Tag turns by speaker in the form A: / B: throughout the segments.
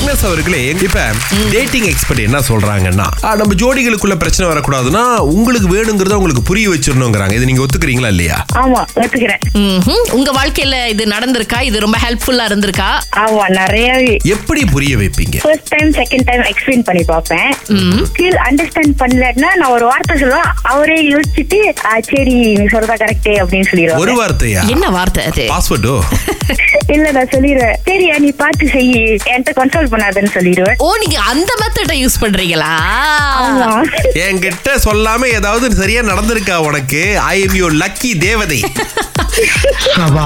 A: விகாஸ் அவர்களே இப்ப dating expert என்ன சொல்றாங்கன்னா "ஆ, நம்ம ஜோடிகளுக்குள்ள பிரச்சனை வரக்கூடாதுன்னா உங்களுக்கு வேணுங்கிறத உங்களுக்கு புரிய வச்சிடணுங்கிறாங்க இது நீங்க ஒத்துக்கிறீங்களா இல்லையா
B: ஆமா ஒத்துக்கிறேன்
C: ம்ஹும். உங்க வாழ்க்கையில இது நடந்திருக்கா இது ரொம்ப ஹெல்ப்ஃபுல்லா இருந்திருக்கா
B: ஆமா நிறையவே
A: எப்படி புரிய வைப்பீங்க
B: first time second time explain பண்ணி பார்ப்பேன் ஸ்டில் அண்டர்ஸ்டாண்ட் பண்ணலன்னா நான் ஒரு வார்த்தை சொல்லுவேன் அவரே யோசிச்சுட்டு "ஆ, சரி நீ சொல்றதா கரெக்டே அப்படின்னு
A: ஒரு
B: சொல்லிடுவாங்க
A: வார்த்தையா
C: என்ன வார்த்தை அது
A: பாஸ்வேர்டோ
B: இல்ல நான் சொல்லிடுவேன் சரியா நீ பார்த்து செய் என்கிட்ட கன்சல்ட் பண்ணாதன்னு சொல்லிடுவேன்
C: ஓ நீங்க அந்த மெத்தட யூஸ் பண்றீங்களா
B: ஆமா
A: என்கிட்ட சொல்லாம ஏதாவது சரியா நடந்திருக்கா உனக்கு ஐ எம் யூ லக்கி தேவதை
D: சபா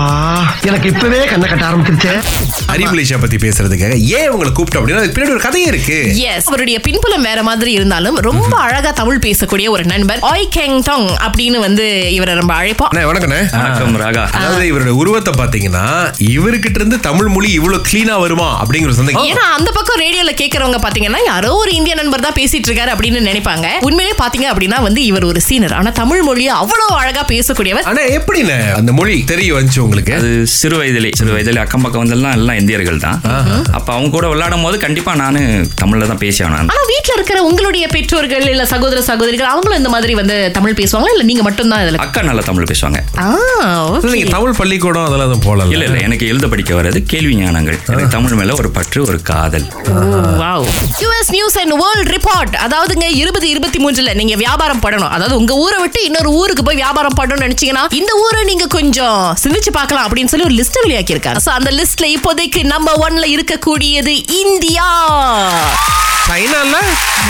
D: எனக்கு இப்பவே கண்ணை கட்ட ஆரம்பிச்சிருச்சே
A: அறிவுலேஷா பத்தி பேசுறதுக்காக ஏன் உங்களை கூப்பிட்டோம் அப்படின்னா அதுக்கு பின்னாடி ஒரு கதையே இருக்கு
C: எஸ் அவருடைய பின்புலம் வேற மாதிரி இருந்தாலும் ரொம்ப அழகா தமிழ் பேசக்கூடிய ஒரு நண்பர் ஆய் கேங் டாங் அப்படின்னு வந்து இவரை ரொம்ப அழைப்போம்
A: அண்ணே வணக்கண்ணே
E: வணக்கம் ராகா
A: அதாவது இவருடைய உருவத்தை பாத்தீங்கன்னா இவர்கிட்ட இருந்து தமிழ் மொழி இவ்வளவு கிளீனா வருமா அப்படிங்கிற சந்தேகம்
C: ஏன்னா அந்த பக்கம் ரேடியோல கேக்குறவங்க பாத்தீங்கன்னா யாரோ ஒரு இந்திய நண்பர் தான் பேசிட்டு இருக்காரு அப்படின்னு நினைப்பாங்க உண்மையிலே பாத்தீங்க அப்படின்னா வந்து இவர் ஒரு சீனர் ஆனா தமிழ் மொழியை அவ்வளவு அழகா பேசக்கூடியவர்
A: ஆனா எப்படிண்ணே அந்த மொழி தெரிய வந்துச்சு உங்களுக்கு
E: அது சிறு வயதிலே சிறு வயதிலே அக்கம் பக்கம் வந்தெல்லாம் எல்லாம் இந்தியர்கள் தான் அப்ப அவங்க கூட விளையாடும் போது கண்டிப்பா நானு தமிழ்ல தான் பேசியாவேன் நான்
C: ஆனா வீட்ல இருக்கிற உங்களுடைய பெற்றோர்கள் இல்ல சகோதர சகோதரிகள் அவங்களும் இந்த மாதிரி வந்து தமிழ் பேசுவாங்களா இல்ல நீங்க மட்டும் தான் இதுல
E: அக்கா நல்லா தமிழ் பேசுவாங்க
C: ஆ, okay.
A: நீங்க தமிழ் பள்ளிக்கூடம் அதெல்லாம் எதுவும் போல
E: இல்ல இல்ல எனக்கு எழுத படிக்க வராது கேள்வி ஞானங்கள் எனக்கு தமிழ் மேல ஒரு பற்று ஒரு காதல்
C: US news and world report அதாவதுங்க இருபது இருபத்தி மூன்றுல நீங்க வியாபாரம் பண்ணணும் அதாவது உங்க ஊரை விட்டு இன்னொரு ஊருக்கு போய் வியாபாரம் பண்ணணும்னு நினைச்சீங்கன்னா இந்த ஊரை நீங்க கொஞ்சம் சிந்திச்சு பார்க்கலாம் அப்படின்னு சொல்லி ஒரு லிஸ்ட் வெளியாக்கி இருக்காரு So, அந்த லிஸ்ட்ல இப்போதைக்கு நம்பர் ஒன்ல இருக்கக்கூடியது இந்தியா
A: சைனால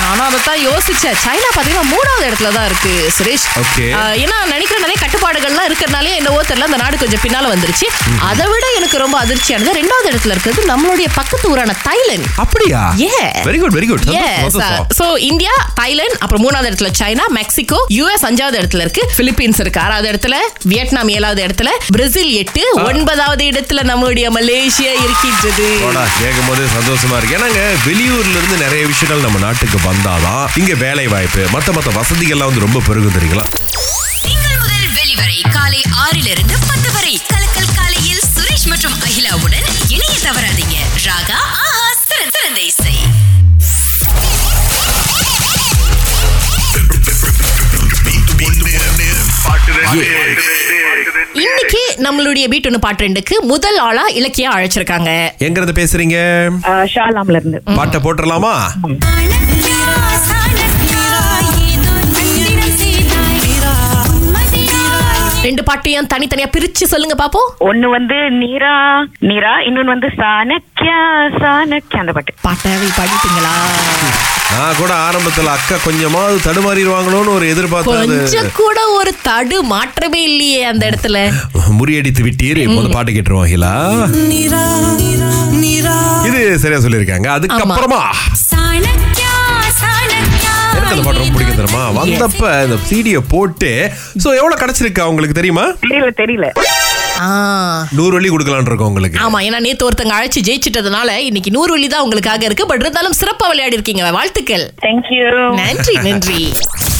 C: நானும் அதைத்தான் யோசிச்சேன் சைனா பாத்தீங்கன்னா மூணாவது இடத்துல தான் இருக்கு சுரேஷ்
A: Okay.
C: ஆஹ், ஏன்னா நினைக்கிற நிறைய கட்டுப்பாடுகள்லாம் இருக்கிறனாலே என்னவோ தெரியல அந்த நாடு கொஞ்சம் பின்னால வந்துருச்சு அதை விட எனக்கு ரொம்ப அதிர்ச்சியானது ரெண்டாவது இடத்துல இருக்கிறது நம்மளுடைய பக்கத்து ஊரான தைலண்ட்
A: அப்படியா
C: Yeah.
A: Very good very good
C: Yes, uh, so India Thailand அப்புறம் மூணாவது இடத்துல சைனா மெக்சிகோ யூஎஸ் அஞ்சாவது இடத்துல இருக்கு பிலிப்பீன்ஸ் இருக்கு ஆறாவது இடத்துல வியட்நாம் ஏழாவது இடத்துல பிரேசில் எட்டு ஒன்பதாவது இடத்துல நம்மளுடைய மலேசியா இருக்கின்றது
A: கேட்கும் போது சந்தோஷமா இருக்கு ஏன்னாங்க வெளியூர்ல இருந்து நிறைய விஷயங்கள் நம்ம நாட்டுக்கு வந்தாதான் இங்க வேலை வாய்ப்பு மத்த மத்த வசதிகள்லாம் வந்து ரொம்ப பெருகும் தெரியுங்களா
F: திங்கள் முதல் வெளிவரை காலை ஆறிலிருந்து பத்து வரை கலக்கல் காலையில் சுரேஷ் மற்றும் அகிலாவுடன் இணைய தவறாதீங்க ராகா ஆஹா சிறந்த சிறந்த இசை
C: இன்னைக்கு நம்மளுடைய பீட் ஒன்று பாட்டு ரெண்டுக்கு முதல் ஆளா இலக்கியா அழைச்சிருக்காங்க
A: எங்க இருந்து பேசுறீங்க
B: ஆஹ், ஷாலாம்ல இருந்து
A: பாட்டை போட்டுடலாமா
C: ரெண்டு பாட்டையும் தனித்தனியா பிரிச்சு சொல்லுங்க பாப்போம்
B: ஒண்ணு வந்து நீரா நீரா இன்னொன்னு வந்து சாணக்கியா சாணக்கியா அந்த பாட்டு
C: பாட்டாவை பாடிட்டீங்களா
A: நான் கூட ஆரம்பத்துல அக்கா கொஞ்சமாவது தடுமாறிடுவாங்களோன்னு ஒரு எதிர்பார்த்து
C: கொஞ்சம் கூட ஒரு தடு மாற்றமே இல்லையே அந்த இடத்துல
A: முறியடித்து விட்டீர் இப்போது பாட்டு கேட்டுருவோம் அகிலா இது சரியா சொல்லியிருக்காங்க அதுக்கப்புறமா எனக்கு அந்த பாட்டு ரொம்ப பிடிக்கும் தெரியுமா வந்தப்ப இந்த சிடிய போட்டு சோ எவ்வளவு கிடைச்சிருக்கு உங்களுக்கு தெரியுமா
B: தெரியல தெரியல
C: ஆ
A: நூறு வழி கொடுக்கலாம்னு இருக்கோம் உங்களுக்கு
C: ஆமா ஏன்னா நேத்து ஒருத்தங்க அழைச்சு ஜெயிச்சிட்டதுனால இன்னைக்கு நூறு வழி தான் உங்களுக்காக இருக்கு பட் இருந்தாலும் சிறப்பா விளையாடி இருக்கீங்க வாழ்த்துக்கள்
B: தேங்க்யூ
C: நன்றி நன்றி